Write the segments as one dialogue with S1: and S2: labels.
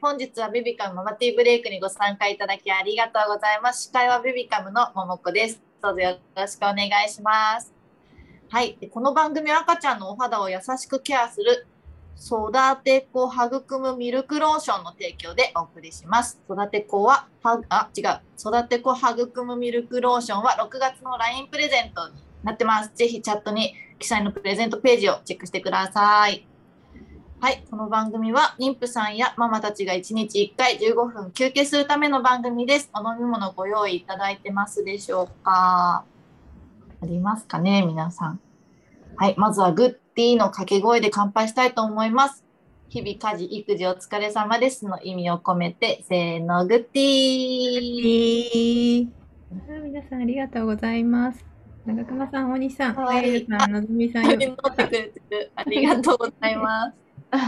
S1: 本日はビビカムママティーブレイクにご参加いただきありがとうございます。司会はビビカムの桃子です。どうぞよろしくお願いします。はい、でこの番組は赤ちゃんのお肌を優しくケアする育て子を育むミルクローションの提供でお送りします。育て子ははあ違う育て子を育むミルクローションは6月の LINE プレゼントになってます。ぜひチャットに記載のプレゼントページをチェックしてください。はい、この番組は妊婦さんやママたちが1日1回15分休憩するための番組です。お飲み物ご用意いただいてますでしょうか。ありますかね、皆さん。はい、まずはグッディの掛け声で乾杯したいと思います。日々家事育児お疲れ様ですの意味を込めて、せーのグッデ ィ。
S2: あ皆さんありがとうございます。長熊さん、大西さん、
S1: は
S2: はいい、さん、のぞみさん、よ
S1: 飲
S2: う
S1: んで
S2: こさん、
S1: くれてる。ありがとうございます。
S2: あよ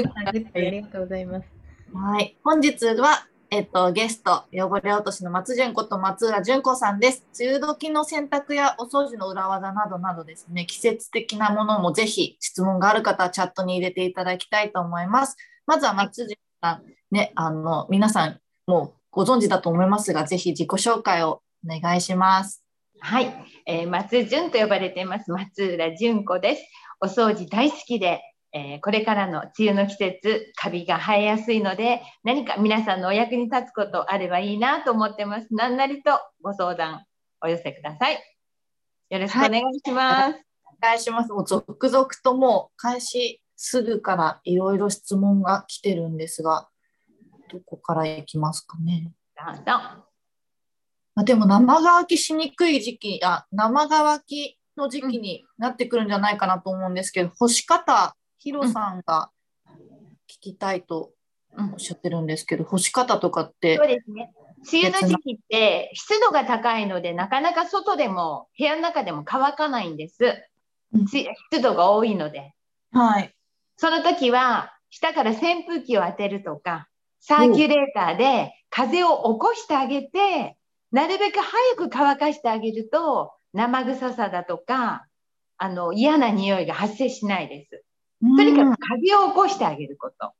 S2: うこさんグッズありがとうございます。
S1: はい、本日は、えっと、ゲスト汚れ落としの松潤子と松浦純子さんです。梅雨時の洗濯やお掃除の裏技などなどですね、季節的なものもぜひ質問がある方はチャットに入れていただきたいと思います。まずは松潤さん、ね、あの皆さんもうご存知だと思いますが、ぜひ自己紹介をお願いします。
S3: はい、えー、松潤と呼ばれています松浦純子です。お掃除大好きで、えーこれからの梅雨の季節、カビが生えやすいので、何か皆さんのお役に立つことあればいいなと思ってます。何なりとご相談お寄せください。よろしくお願いします。
S1: お願いします。もう続々ともう開始すぐからいろいろ質問が来てるんですが、どこからいきますかね。
S3: どうぞ
S1: まあ、でも生乾きしにくい時期あ生乾きの時期になってくるんじゃないかなと思うんですけど、干し方ヒロさんが聞きたいと
S3: うん
S1: おっしゃってるんですけど、干し方とかって
S3: そうですね。梅雨の時期って湿度が高いので、なかなか外でも部屋の中でも乾かないんです。
S1: うん
S3: つい湿度が多いので。
S1: はい
S3: その時は下から扇風機を当てるとかサーキュレーターで風を起こしてあげてなるべく早く乾かしてあげると生臭さだとかあの嫌な匂いが発生しないです。とにかく風を起こしてあげること。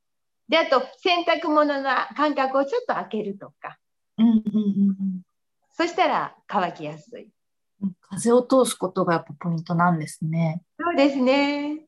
S3: であと洗濯物の間隔をちょっと開けるとか
S1: うんうんうんうん
S3: そしたら乾きやすい。
S1: うん風を通すことがやっぱポイントなんですね。
S3: そうですね。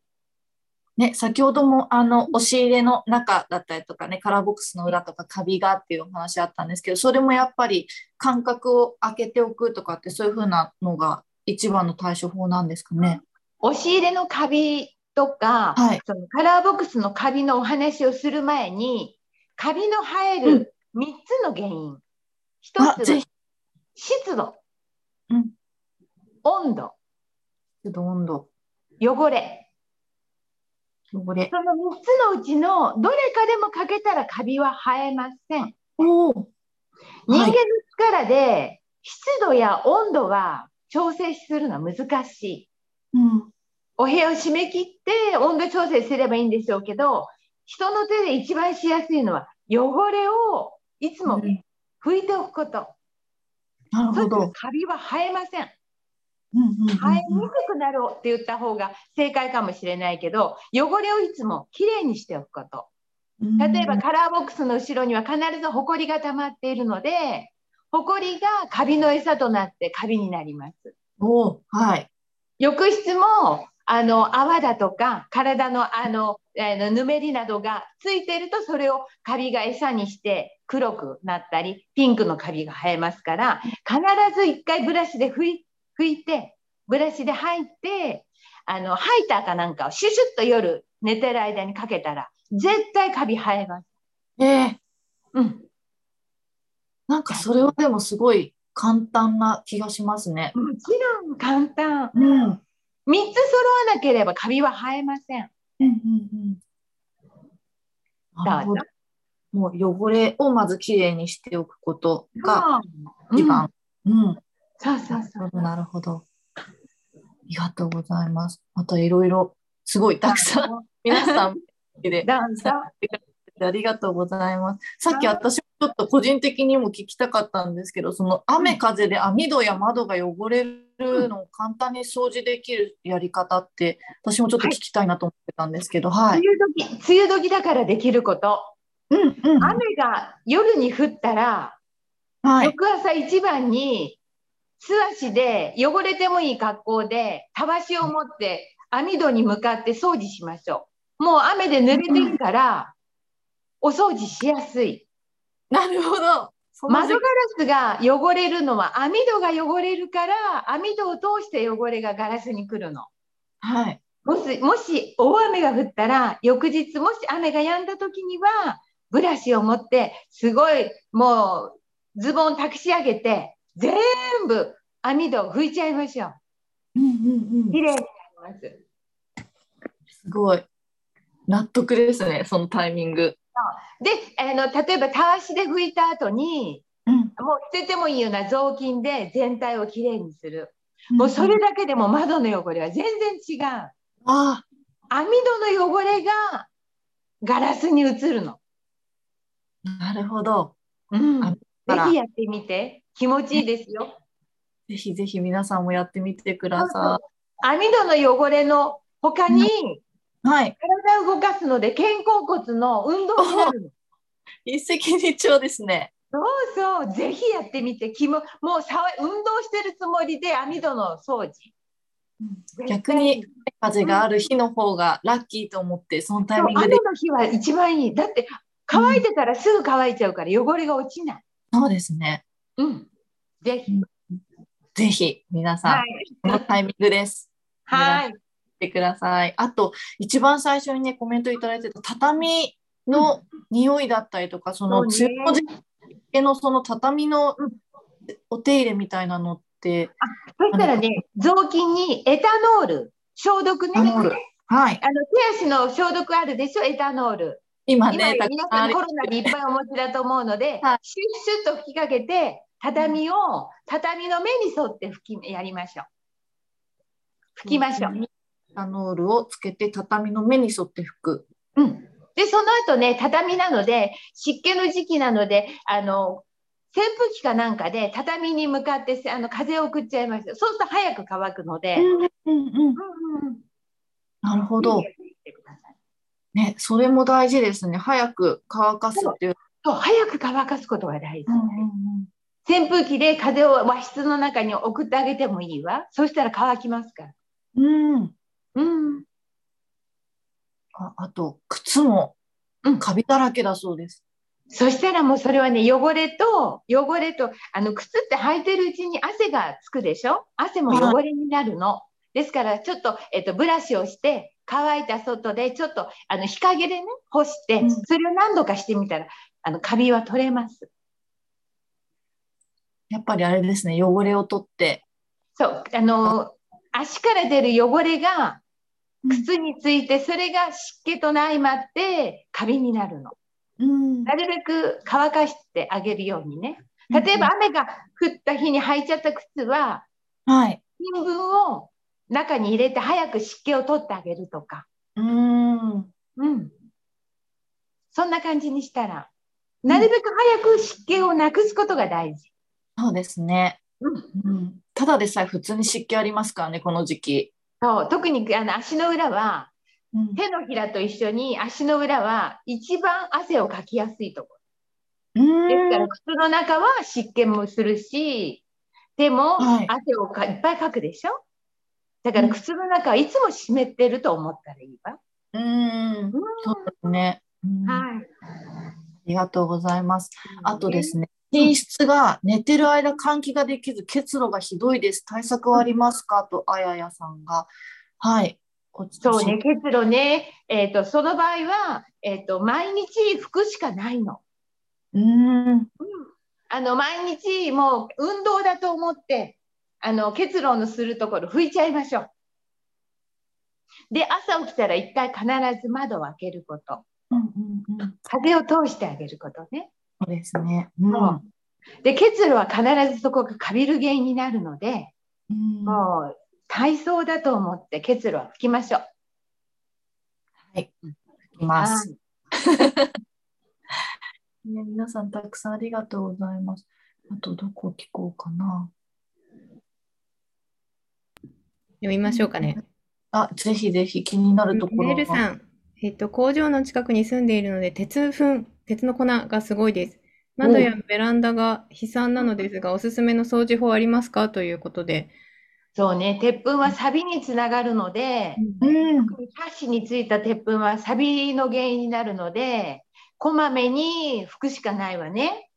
S1: ね、先ほどもあの押し入れの中だったりとかねカラーボックスの裏とかカビがっていうお話あったんですけどそれもやっぱり間隔を空けておくとかってそういう風なのが一番の対処法なんですかね。
S3: 押し入れのカビとか、
S1: はい
S3: そのカラーボックスのカビのお話をする前にカビの生える3つの原因、
S1: あ
S3: 1つ
S1: ぜ
S3: は
S1: ひ
S3: 湿度、
S1: うん
S3: 温度
S1: ちょっと温度
S3: 汚れ
S1: 汚れ
S3: その3つのうちのどれかでもかけたらカビは生えません
S1: おお
S3: 人間
S1: は
S3: の
S1: い
S3: 力で湿度や温度は調整するのは難しい
S1: うん
S3: お部屋を締め切って温度調整すればいいんでしょうけど人の手で一番しやすいのは汚れをいつも
S1: うん
S3: 拭いておくこと、
S1: なる
S3: そう
S1: ほ
S3: すると
S1: ど。
S3: カビは生えません
S1: うんうんうんうん
S3: 生えにくくなろうって言った方が正解かもしれないけど汚れをいつもきれいにしておくこと例えばカラーボックスの後ろには必ずホコリが溜まっているのでホコリがカビの餌となってカビになります
S1: おおはい。
S3: 浴室もあの泡だとか体のあのあのぬめりなどがついているとそれをカビが餌にして黒くなったりピンクのカビが生えますから必ず一回ブラシで拭い拭いてブラシで吐いてあのハイターかなんかをシュシュッと夜寝てる間にかけたら絶対カビ生えます。
S1: えー、
S3: うん
S1: なんかそれはでもすごい簡単な気がしますね。
S3: もちろん簡単。
S1: うんうんうん
S3: 3つ揃わなければカビは生えません。
S1: うん。なるほど。もう汚れをまずきれいにしておくことが
S3: うん
S1: 一番。うん、
S3: そうそうそう。
S1: なるほど。ありがとうございます。またいろいろすごいたくさ ん皆さんで
S3: どうぞ。
S1: ありがとうございます。さっき私もちょっと個人的にも聞きたかったんですけど、その雨風で網戸や窓が汚れるのを簡単に掃除できるやり方って私もちょっと聞きたいなと思ってたんですけど、はい。
S3: 梅雨時、梅雨時だからできること。
S1: うんうん。
S3: 雨が夜に降ったら、
S1: はい。
S3: 翌朝一番に素足で汚れてもいい格好でたわしを持って網戸に向かって掃除しましょう。もう雨で濡れてるから、お掃除しやすい。
S1: なるほど。その時
S3: 窓ガラスが汚れるのは網戸が汚れるから網戸を通して汚れがガラスに来るの。
S1: はい。
S3: もしもし大雨が降ったら翌日もし雨が止んだ時にはブラシを持ってすごいもうズボンたくし上げて全部網戸を拭いちゃいましょう。
S1: うんうんう
S3: 綺
S1: ん。
S3: 麗になります。
S1: すごい。納得ですね。そのタイミング。
S3: であの例えばたわしで拭いた後に
S1: うん。
S3: もう捨ててもいいような雑巾で全体をきれいにする。もうそれ。だけでも窓の汚れは全然違う。
S1: ああ。
S3: 網戸の汚れがガラスに映るの。
S1: なるほど。
S3: うん
S1: あ
S3: ぜ
S1: から
S3: ひやってみて。気持ちいいですよ。
S1: ぜひぜひ皆さんもやってみてくださ
S3: 網戸の汚れの他に
S1: い。はい。
S3: 体を動かすので肩甲骨の運動になるの。
S1: 一石二鳥ですね。
S3: そうそう、ぜひやってみて。気ももうさわ運動してるつもりで網戸の掃除。
S1: 逆に風がある日の方がラッキーと思って、そのタイ
S3: そう
S1: ミング
S3: 雨
S1: で。
S3: の日は一番いい。だって乾いてたらすぐ乾いちゃうから汚れが落ちない。
S1: そうですね。
S3: うん。ぜひ。
S1: ぜひ皆さん、
S3: い。
S1: このタイミングです。
S3: はい。
S1: 見てください。あと、一番最初にね、コメントいただいてた畳の匂いだったりとか、その梅
S3: そ
S1: 雨
S3: うね
S1: の時期のその畳のお手入れみたいなのって、
S3: そしたらね、雑巾にエタノール、消毒ね。
S1: タノールはい。
S3: あの手足の消毒あるでしょ、エタノール。
S1: 今
S3: 今
S1: ね、たく
S3: 皆
S1: さんあ
S3: さん
S1: り
S3: コロナでいっぱいお持ちだと思うので、
S1: はい
S3: シュッシュッと吹きかけて、畳を畳の目に沿って吹きやりましょう。拭きましょう。
S1: タノールをつけて畳の目に沿って拭く。
S3: うん、で、その後ね、畳なので、湿気の時期なので、あの扇風機かなんかで畳に向かってあの風を送っちゃいましょう。そうすると早く乾くので。うんうん
S1: なるほど。ね、それも大事ですね。早く乾かすっていう。
S3: そう早く乾かすことが大事、
S1: うんうん
S3: 扇風機で風を和室の中に送ってあげてもいいわそしたら乾きますから、
S1: うんうん
S3: うん、
S1: ああと、靴も
S3: うん
S1: カビだらけだそうです。
S3: そしたらもうそれはね汚れと汚れとあの靴って履いてるうちに汗がつくでしょ汗も汚れになるの、ですからちょっと、えっと、ブラシをして乾いた外でちょっとあの日陰でね干して
S1: うん
S3: それを何度かしてみたらあのカビは取れます
S1: やっぱりあれですね、汚れを取って。
S3: そうあの足から出る汚れが靴についてそれが湿気と相まってカビになるの
S1: うん
S3: なるべく乾かしてあげるようにね例えば、雨が降った日に履いちゃった靴は
S1: はい。
S3: 新聞を中に入れて早く湿気を取ってあげるとか、
S1: うん。
S3: うん、そんな感じにしたらなるべく早く湿気をなくすことが大事、
S1: そうですね。
S3: うん
S1: うん。ただでさえ普通に湿気ありますからね、この時期。
S3: そう特にあの足の裏は
S1: うん
S3: 手のひらと一緒に足の裏は一番汗をかきやすいところですから靴の中は湿気もするしでも
S1: はい
S3: 汗をかいっぱいかくでしょだから靴の中はいつも湿ってると思ったらいいわ。
S1: うん。そうですね。うんあ
S3: はい、
S1: りがとうございます。あとですね、寝室が寝てる間換気ができず結露がひどいです。対策はありますかとあややさんが。はい。
S3: そうね、。結露ね、えーと、その場合は、えーと、毎日拭くしかないの。
S1: うん。
S3: あの、毎日もう運動だと思って、あの、結露のするところ拭いちゃいましょう。で、朝起きたら一回必ず窓を開けること。
S1: うんうんうん。
S3: 風を通してあげることね。
S1: そうですね。うん。
S3: そうで結露は必ずそこがカビる原因になるので、
S1: うんは
S3: もう体操だと思って結露は拭きましょう。
S1: い。います。
S3: はい
S1: ね、皆さんたくさんありがとうございます。あとどこ聞こうかな。
S2: 読みましょうかね。
S1: あ、ぜひぜひ気になるところ
S2: メール
S1: は
S2: さん、えっと、工場の近くに住んでいるので、鉄粉鉄の粉がすごいです。窓やベランダが悲惨なのですが、おすすめの掃除法ありますかということで。
S3: そうね、鉄粉はサビにつながるので、
S1: うん。
S3: サッシについた鉄粉はサビの原因になるので、こまめに拭くしかないわね。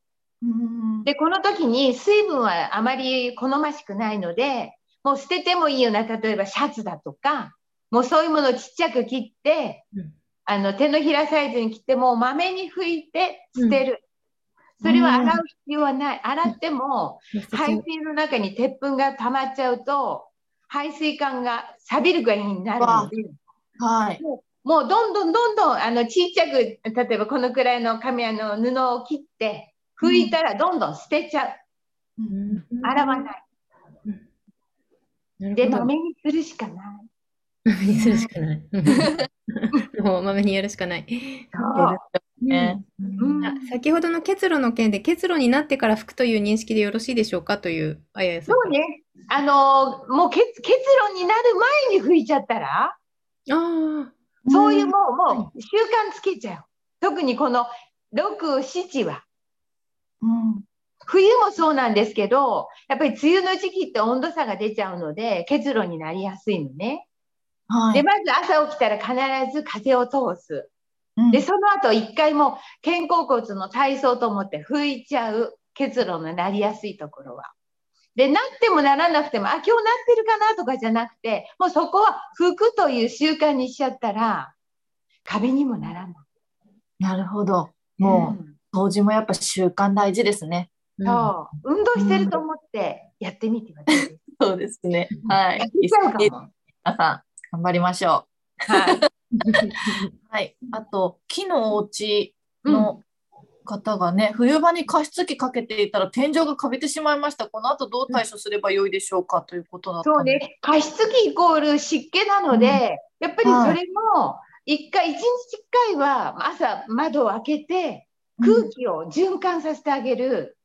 S1: うん
S3: で、この時に水分はあまり好ましくないので、もう捨ててもいいような、例えばシャツだとか、もうそういうものをちっちゃく切って、
S2: うん
S3: あの手のひらサイズに切って、もうまめに拭いて捨てる。
S1: うん
S3: それは洗う必要はない。洗っても、排
S2: はい
S3: 水の中に鉄粉が溜まっちゃうと排水管が錆びるぐらいになる
S1: わあ
S3: ので
S1: はい。
S3: もうどんどんどんどんあのちっちゃく例えばこのくらいの紙あの布を切って拭いたらどんどん捨てちゃう、洗わない
S2: なる
S3: で
S2: ほど
S3: まめにするしかない。
S2: 豆にするしかない。もう豆にやるしかない。
S1: ね
S3: うん
S2: あ先ほどの結露の件で、結露になってから拭くという認識でよろしいでしょうかという、あややさん
S3: そう
S2: から。
S3: ね、あのもう結結論になる前に拭いちゃったら、
S2: ああ、
S3: そういうもうもう習慣つけちゃう。特にこの6、7は
S1: うん。
S3: 冬もそうなんですけど、やっぱり梅雨の時期って温度差が出ちゃうので、結露になりやすいのね。
S1: は
S3: で、
S1: い。
S3: まず朝起きたら必ず風を通す。
S1: うん
S3: で、その後一回もう肩甲骨の体操と思って拭いちゃう。結露のなりやすいところは。で、なってもならなくても、あ、今日なってるかなとかじゃなくて、もうそこは拭くという習慣にしちゃったら、壁にもならない。
S1: なるほど。も
S3: うん
S1: う、掃除もやっぱ習慣大事ですね。
S2: うん
S3: そう。運動してると思ってやってみてはどうですか
S1: そうですね。は
S3: やっちゃうかも。
S1: 皆さん、頑張りましょ
S3: はい。
S1: う。はい。あと、木のお家
S3: うん
S1: の方がね、冬場に加湿器かけていたら天井がかびてしまいました。この後どう対処すればよいでしょうかということだった
S3: そうん
S1: で
S3: ね、加湿器イコール湿気なので、
S1: うん
S3: やっぱりそれも一回一日一回は朝窓を開けて空気を循環させてあげる。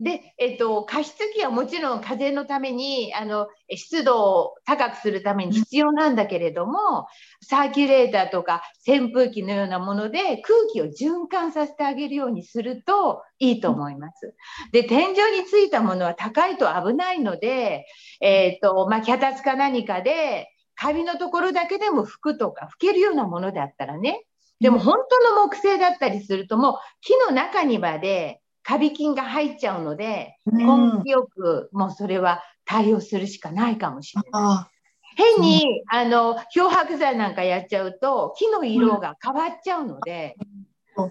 S3: で、えっと、加湿器はもちろん風のためにあの湿度を高くするために必要なんだけれども、サーキュレーターとか扇風機のようなもので空気を循環させてあげるようにするといいと思います。で天井についたものは高いと危ないので、えーとまあ、脚立か何かで紙のところだけでも拭くとか拭けるようなものだったらねでも本当の木製だったりするともう木の中にまでカビ菌が入っちゃうので
S1: うん
S3: 根気よくもうそれは対応するしかないかもしれない。
S1: あ
S3: 変にあの漂白剤なんかやっちゃうと木の色が変わっちゃうので、も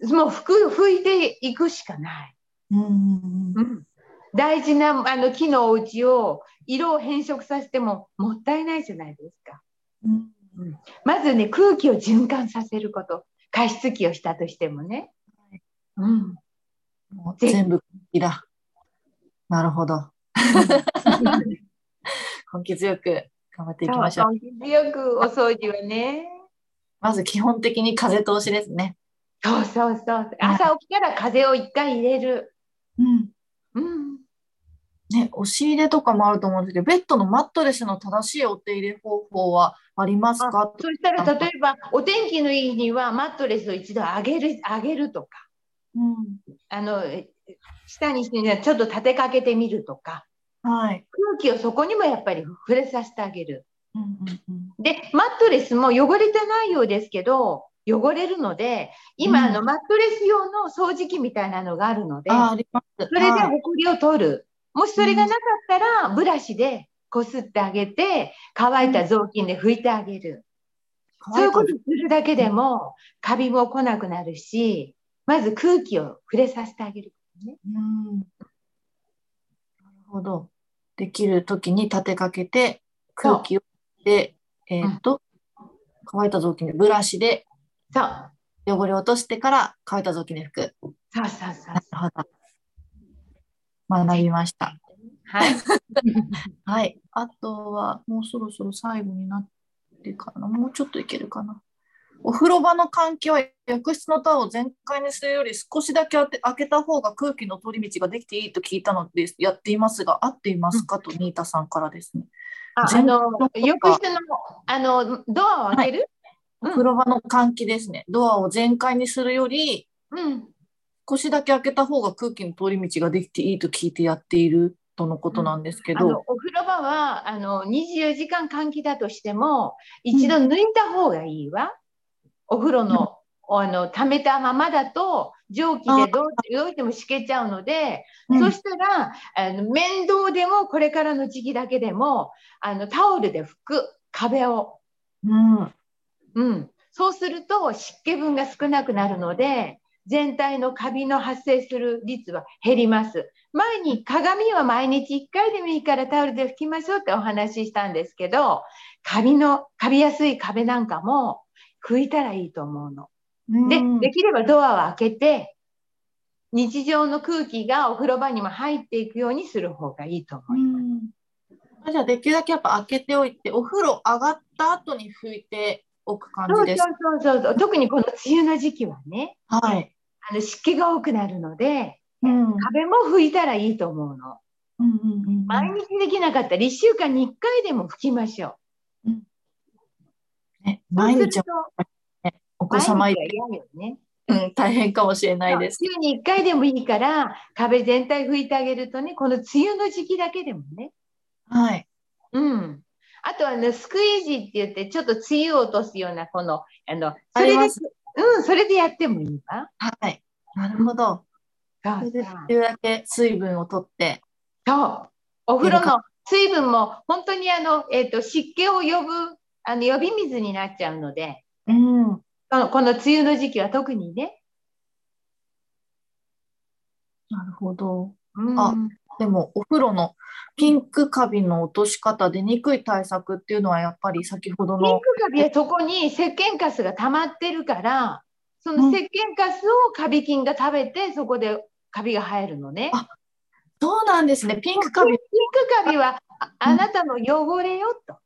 S3: う拭く拭いていくしかない、
S1: ーうん
S3: 大事なあの木のお家を色を変色させてももったいないじゃないですか
S1: うん
S3: まずね空気を循環させること加湿器をしたとしてもね、 うん、
S1: もう全部いだ。なるほど。根気強く頑張っていきましょう。
S3: そう根気強くお掃除はね
S1: まず基本的に風通しですね。
S3: そうそうそう朝起きたら風を一回入れる、
S1: うん。
S3: うん、
S1: ね、押し入れとかもあると思うんですけど、ベッドのマットレスの正しいお手入れ方法はありますかと
S3: そしたら例えばお天気のいい日にはマットレスを一度上げる上げるとか
S1: うん。
S3: あのえ下にしてちょっと立てかけてみるとか
S1: はい。
S3: 空気をそこにもやっぱり触れさせてあげる
S1: うんうん
S3: でマットレスも汚れてないようですけど汚れるので今、
S1: うん
S3: あのマットレス用の掃除機みたいなのがあるの
S1: う
S3: で
S1: ん。あ、あります。
S3: それで
S1: はい
S3: ほこりを取るもしそれがなかったらブラシでこすってあげて乾いた雑巾で拭いてあげる。そういうことするだけでも、カビも来なくなるし、まず空気を触れさせてあげる。
S1: うん。なるほど。できるときに立てかけて、空気をで、えーっと、乾いた雑巾でブラシで
S3: そう。
S1: 汚れを落としてから乾いた雑巾で拭く。
S3: そうそうそう
S1: な。るほど。学びました。
S3: はい。
S1: はい。あとは、もうそろそろ最後になってかな。もうちょっといけるかな。お風呂場の換気は浴室のタオルを全開にするより少しだけ開け開けた方が空気の通り道ができていいと聞いたのでやっていますが合っていますかとニータさんからですね。
S3: ああ
S1: 全
S3: の
S1: 部
S3: 浴室のあのドアを開ける、
S1: お風呂場の換気ですね。ドアを全開にするより、
S3: うん。
S1: 腰だけ開けた方が空気の通り道ができていいと聞いてやっているとのことなんですけ
S3: あ
S1: ど、
S3: のお風呂場はあの24時間換気だとしても一度抜いた方がいいわ。お風呂のあの溜めたままだと蒸気でどう動いてもしけちゃうので、
S1: うん
S3: そしたらあの面倒でもこれからの時期だけでもあのタオルで拭く壁を、
S1: うん、
S3: うん、そうすると湿気分が少なくなるので全体のカビの発生する率は減ります前に鏡は毎日1回でもいいからタオルで拭きましょうってお話ししたんですけどカビのカビやすい壁なんかも拭いたらいいと思うの。で
S1: うん
S3: できればドアを開けて日常の空気がお風呂場にも入っていくようにする方がいいと思
S1: う
S3: います。
S1: んじゃあできるだけやっぱ開けておいてお風呂上がった後に拭いておく感
S3: そう
S1: じです。
S3: そうそうそうそう特にこの梅雨の時期はね
S1: はい。
S3: あの湿気が多くなるので
S1: うん。うん
S3: 壁も拭いたらいいと思うの。
S1: うんうん
S3: 毎日できなかったら1週間に1回でも拭きましょ
S1: ね
S3: う。
S1: 毎日
S3: そうすると
S1: お子様い
S3: 毎
S1: て、
S3: 日は嫌よね。
S1: うん、大変かもしれないです。
S3: 週に1回でもいいから壁全体拭いてあげるとねこの梅雨の時期だけでもね
S1: はい。
S3: うん。あとはね、スクイージーって言って、ちょっと梅雨を落とすような、この、あの、
S1: あ
S3: それ
S1: り
S3: で、
S1: ます
S3: うん、それでやってもいいわ。
S1: はい。なるほど。
S3: そ
S1: それ
S3: う
S1: でできるだけ水分を取って。
S3: そうお風呂の水分も、本当にあの、えっ、と、湿気を呼ぶ、あの、呼び水になっちゃうので、
S1: うん。
S3: この、この梅雨の時期は特にね。
S1: なるほど。
S3: うん、
S1: あでもお風呂のピンクカビの落とし方でにくい対策っていうのはやっぱり先ほど
S3: ピン
S1: の。
S3: クカビはそこに石鹸カスが溜まってるから、その石鹸カスをカビ菌が食べて、そこでカビが生えるのね。
S1: あそうなんですね。ピンクカビ。
S3: ピンクカビはああなたの汚れよと。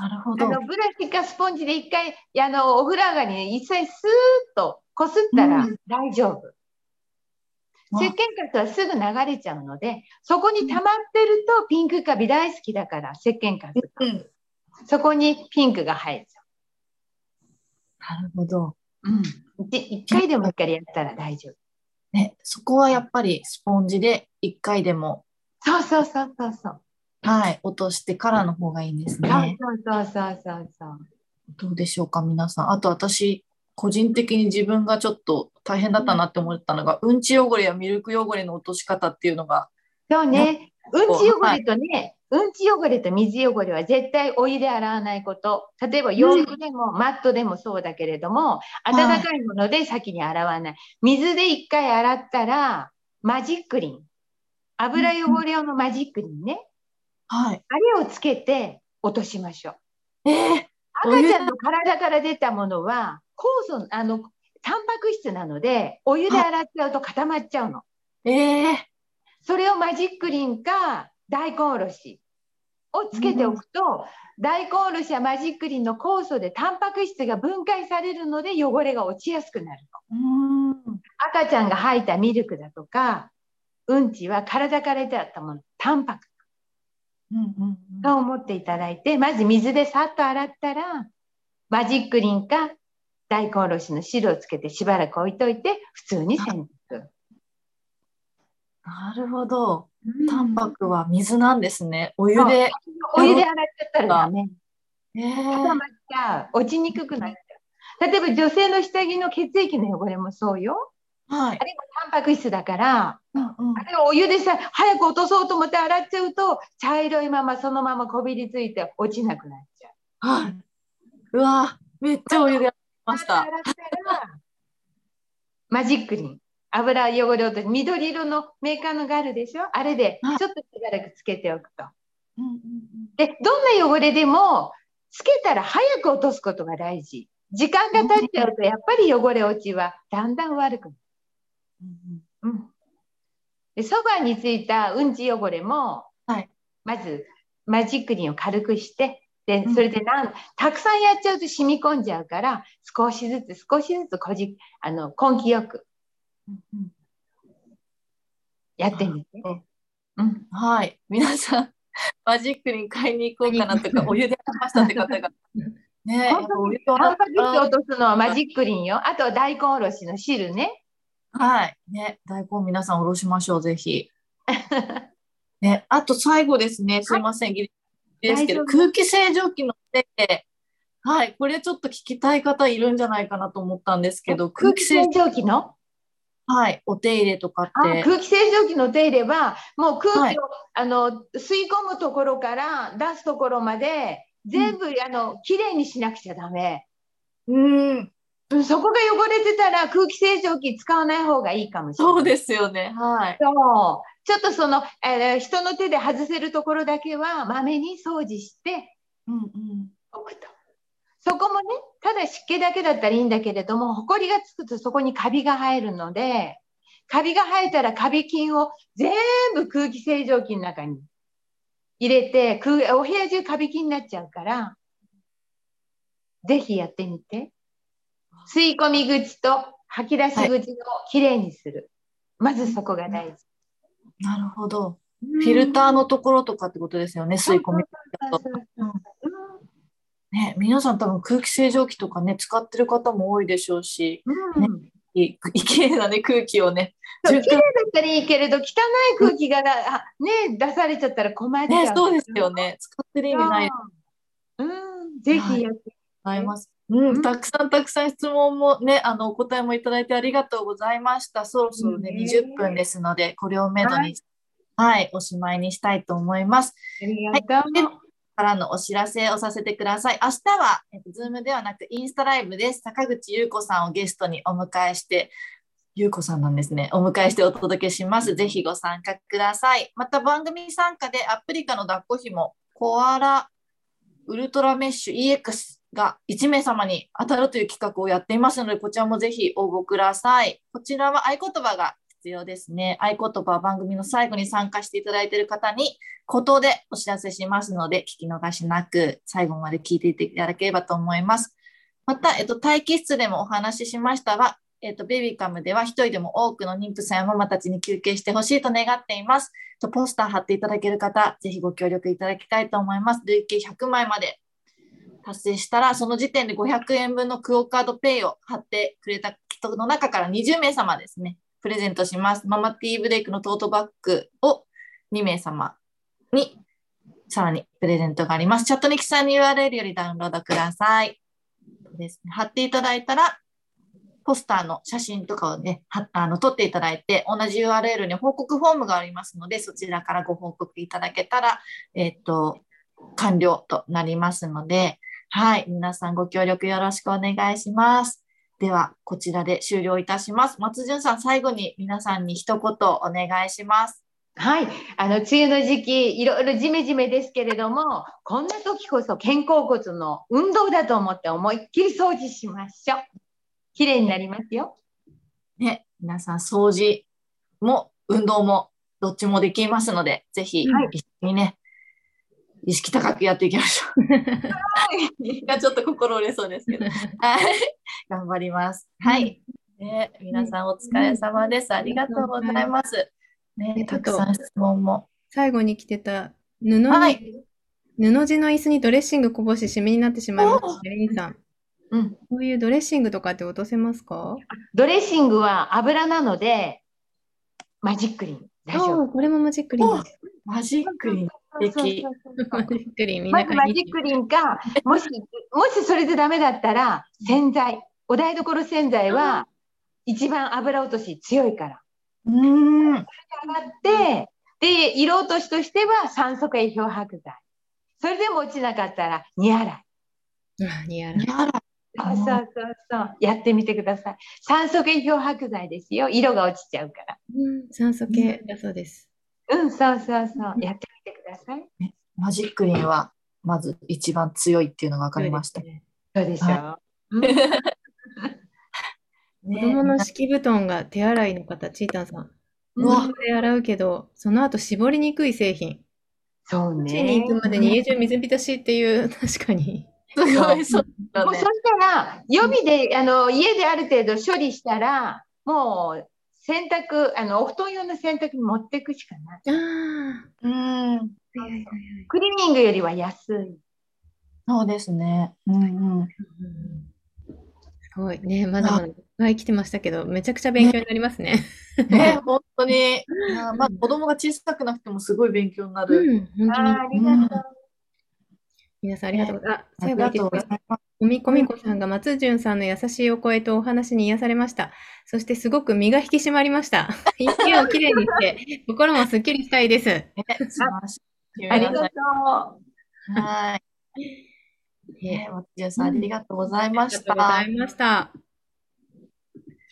S1: なるほ
S3: あ
S1: ど。
S3: のブラシかスポンジで一回あのお風呂上がりに一切スーッとこすったら
S1: うん
S3: 大丈夫、
S1: あ
S3: 石鹸カスはすぐ流れちゃうのでそこに溜まってるとピンクカビ大好きだから石鹸カス
S1: う
S3: が
S1: ん。
S3: そこにピンクが生えちゃ
S1: なるほど。
S3: う、うん、で一回でも一回やったら大丈夫
S1: ね、そこはやっぱりスポンジで一回でも、
S3: そうそうそうそうそう
S1: はい、落としてからの方がいいんです
S3: そう
S1: ね。
S3: そうそうそうそう
S1: どうでしょうか、皆さん。あと私、個人的に自分がちょっと大変だったなって思ったのが、うんち汚れやミルク汚れの落とし方っていうのが、
S3: そうねうんち汚
S1: は
S3: れとね、うんち汚れと水汚れは絶対お湯で洗わないこと例えば洋服でも、マットでもそうだけれども温かいもので先に洗わない、水で一回洗ったらマジックリン油汚れ用のマジックリンね、
S1: はい。
S3: あれをつけて落としましょう
S1: えー、お
S3: 赤
S1: 湯で
S3: ちゃんの体から出たものは酵素あのタンパク質なのでお湯で洗っちゃうと固まっちゃうの
S1: えー、
S3: それをマジックリンか大根おろしをつけておくと、大根おろしやマジックリンの酵素でタンパク質が分解されるので汚れが落ちやすくなるの
S1: うーん。
S3: 赤ちゃんが吐いたミルクだとかうんちは体から出たものタンパク
S1: うんうんうん。
S3: と思っていただいてまず水でさっと洗ったらマジックリンか大根おろしの汁をつけてしばらく置いといて普通に洗濯。
S1: なるほど。タンパクは水なんですね。お湯
S3: そう
S1: で。
S3: お湯で洗っちゃったらダメ。
S1: え
S3: 固
S1: ー
S3: まっちゃう落ちにくくなっちゃう例えば女性の下着の血液の汚れもそうよ
S1: はい。
S3: タンパク質だから
S1: うんうん
S3: あれをお湯でさ早く落とそうと思って洗っちゃうと茶色いままそのままこびりついて落ちなくなっちゃう
S1: はい。うわー、めっちゃお湯でやりました。
S3: 洗ったらマジックリン油汚れ落とし緑色のメーカーのがあるでしょあれで
S1: はい
S3: ちょっとしばらくつけておくと
S1: うんうんうん
S3: でどんな汚れでもつけたら早く落とすことが大事時間が経っちゃうとやっぱり汚れ落ちはだんだん悪くなるうんでソファーについたうんち汚れも、
S1: はい
S3: まずマジックリンを軽くしてで
S1: うん
S3: それでなん、たくさんやっちゃうと染み込んじゃうから少しずつ少しずつこじあの根気よくやってみて、うん、
S1: はい、皆さん、マジックに買いに行こうかなとか、お湯でありましたって方が ね
S3: 本当にタンパク質を落とすのはマジックリンよ。あと大根おろしの汁ね。
S1: はい。ね、大根皆さんおろしましょう、ぜひ。ね、あと最後ですね、すいません、ギリギリですけど、
S3: 大丈夫
S1: 空気清浄機のせいで、はい、これちょっと聞きたい方いるんじゃないかなと思ったんですけ ど、空気清浄、
S3: 浄機の
S1: はい、お手入れとかっ
S3: あ
S1: て、
S3: 空気清浄機の手入れはもう空気を、
S1: はい
S3: あの吸い込むところから出すところまで全部、あのきれいにしなくちゃダメ。
S1: うん、
S3: うんそこが汚れてたら空気清浄機使わない方がいいかもしれない。
S1: そうですよね、はい。
S3: そうちょっとその、えー人の手で外せるところだけはまめに掃除して
S1: うんうん。
S3: おくと。そこもね、ただ湿気だけだったらいいんだけれども、ほこりがつくとそこにカビが生えるので、カビが生えたらカビ菌を全部空気清浄機の中に入れて、空お部屋中カビ菌になっちゃうから、ぜひやってみて。吸い込み口と吐き出し口をきれいにする。まずそこが大事。
S1: なるほど。フィルターのところとかってことですよね、吸い込み。
S3: そうそうそう
S1: ね、皆さん多分空気清浄機とかね、使ってる方も多いでしょうし、
S3: うんうん
S1: い いきれいなね、空気をね、
S3: そう
S1: 十
S3: 綺麗
S1: 分
S3: だったらいいけれど汚い空気がなあ、ね、出されちゃったら困っちゃう。
S1: ね、そうですよね。使ってる意味ないと
S3: うん、ぜひやって
S1: 思います。うん、たくさんたくさん質問もね、あのお答えもいただいてありがとうございました。そろそろね、
S2: いいね
S1: 20分ですので、これをめどに、はい、おしまいにしたいと思います。
S3: ありがとう。
S1: はいからのお知らせをさせてください。明日は、えっと、ズームではなくインスタライブです。坂口優子さんをゲストにお迎えして、優子さんなんですね。お迎えしてお届けします。ぜひご参加ください。また番組参加でアプリカの抱っこひもコアラウルトラメッシュ EX が1名様に当たるという企画をやっていますので、こちらもぜひ応募ください。こちらは合言葉が必要ですね。合言葉は番組の最後に参加していただいている方に口頭でお知らせしますので、聞き逃しなく最後まで聞いていただければと思います。また、えっと、待機室でもお話ししましたが、えっと、ベビーカムでは一人でも多くの妊婦さんやママたちに休憩してほしいと願っています。とポスター貼っていただける方、ぜひご協力いただきたいと思います。累計100枚まで達成したら、その時点で500円分のクオカードペイを貼ってくれた人の中から20名様ですね、プレゼントします。ママティーブレイクのトートバッグを2名様に、さらにプレゼントがあります。チャットに記載の URL よりダウンロードください。そうですね、貼っていただいたら、ポスターの写真とかをね、はあの撮っていただいて、同じ URL に報告フォームがありますので、そちらからご報告いただけたら、えっ、と、完了となりますので、はい、皆さんご協力よろしくお願いします。では、こちらで終了いたします。松潤さん、最後に皆さんに一言お願いします。
S3: はい、あの梅雨の時期いろいろジメジメですけれども、こんな時こそ肩甲骨の運動だと思って思いっきり掃除しましょう。綺麗になりますよ。
S1: ね、皆さん掃除も運動もどっちもできますので、ぜひ
S2: はい
S1: 一緒にね、意識高くやっていきましょう。 がちょっと心折れそうですけど、 はい、頑張ります。はい、ね、皆さんお疲れ様です。ありがとうございます。ね、たくさん質問も。
S2: 最後に着てた布に、
S1: はい、
S2: 布地の椅子にドレッシングこぼしてシミになってしまいました。リンさん。
S3: うん、
S2: こういうドレッシングとかって落とせますか
S3: ドレッシングは油なので、マジックリン。大丈
S2: お
S3: 夫。
S2: ーこれもマジックリ ンだ。
S1: マジックに素敵
S3: そうそうそうそう
S2: マジックリン、みんな
S3: まず
S2: から
S3: マジックリンか、もし、もしそれでダメだったら、洗剤、お台所洗剤は一番油落とし強いから。
S1: うーん、
S3: 上がって、で、色落としとしては酸素系漂白剤。それでも落ちなかったら、煮洗い。
S2: あ似合う
S1: やだ
S3: そうそうそうそう、やってみてください。酸素系漂白剤ですよ。色が落ちちゃうか
S2: うん酸素系だそうです。
S3: ら。うん、そうそうそう、やってみてください。
S1: マジックリンはまず一番強いっていうのが分かりました。
S2: そうですね
S3: そうでしょう。
S2: 子
S1: ね
S2: 供の敷布団が手洗いの方、チータンさん。
S1: うわ
S2: 布で洗 うけど、その後絞りにくい製品。
S3: そう
S2: 家に
S3: ね
S2: 行。くまでに家中水浸しっていう、 確かに。
S1: すごいそうだ
S3: もう
S1: ね
S3: そしたら予備であの家である程度処理したらもう洗濯あのお布団用の洗濯に持っていくしかない
S2: ああ。
S1: うん
S2: はいはいはい
S3: クリーニングよりは安い
S1: そうですね。うんうん。
S2: すごいね、まだまだいっぱい来てましたけど、めちゃくちゃ勉強になりますね。
S1: ね、本当に。いやまあ、子供が小さくなくてもすごい勉強になる。
S2: うん、本当に。
S3: ありがとう。
S2: 皆さんありがとうございます。
S1: あ
S2: 最
S1: り
S2: 後に
S1: がとうございます。
S2: おみこみこさんが松潤さんの優しいお声とお話に癒されました。そしてすごく身が引き締まり ました。一見をきれいにして、心もすっきりしたいです。
S1: ね、素晴らしい。
S3: ありがとう。
S1: はい。ね、松潤さん、ありがとうござい
S2: あ
S1: ま
S2: りが
S1: し
S2: とうござ
S1: た。
S2: いました。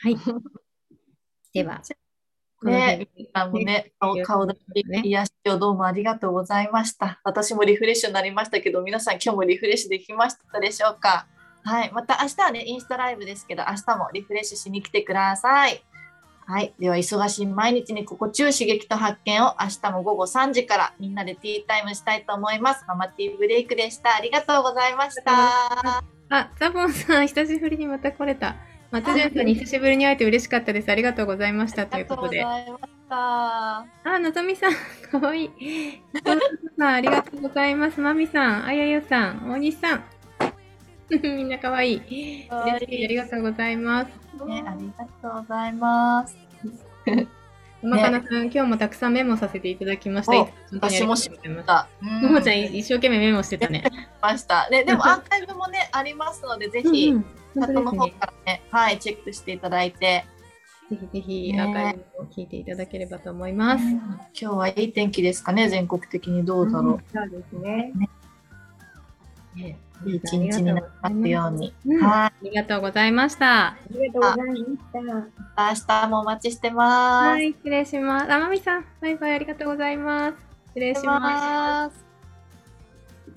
S2: はい。 では、この辺
S1: ね
S2: で、
S1: あもね、顔顔だけ
S2: ね
S1: 癒しをどうもありがとうございました。私もリフレッシュになりましたけど、皆さん今日もリフレッシュできましたでしょうか。はい、また明日はね、インスタライブですけど、明日もリフレッシュしに来てください。はい、では忙しい毎日に心地よい刺激と発見を明日も午後3時からみんなでティータイムしたいと思います。ママティーブレイクでした。ありがとうございました。
S2: あ、ザボンさん、久しぶりにまた来れた。松潤さんに久しぶりに会えて嬉しかったです。ありがとうございました。と
S1: あ
S2: い
S1: り
S2: う
S1: がうご
S2: こと
S1: ざ
S2: で。
S1: いました。
S2: あ、のぞみさん、 かわいい。のぞみさん、ありがとうございます。まみさん、あやよさん、大西さん。 みんなかわいい。
S1: かわいい
S2: 嬉しい。ありがとうございます。
S1: ね、ありがとうございます。
S2: まかなさん、今日もたくさんメモさせていただきました。
S1: お
S2: いつも本当にありがとうございます。
S1: だ
S2: ももちゃん、一生懸命メモしてたね。
S1: ました。ね、 でもアーカイブもね、ありますので、ぜひ、チ
S2: うんうん
S1: ャットの
S2: 本当
S1: 方
S2: ですね
S1: からね、はい、チェックしていただいて、
S2: ぜひぜひ、
S1: ね
S2: アーカイブを聞いていただければと思いま
S1: う
S2: す。
S1: ん今日はいい天気ですかね、全国的にどうだろ
S3: そうですね。
S2: う。
S1: う。
S2: ね
S1: いい一日になりますよう。に。
S2: うん
S1: は
S2: ありがとうございました。
S3: ありがとうございました。
S1: い、明日もお待ちしてます。
S2: はい、失礼します。あまみさん、バイバイありがとうございます。失礼します。
S1: す。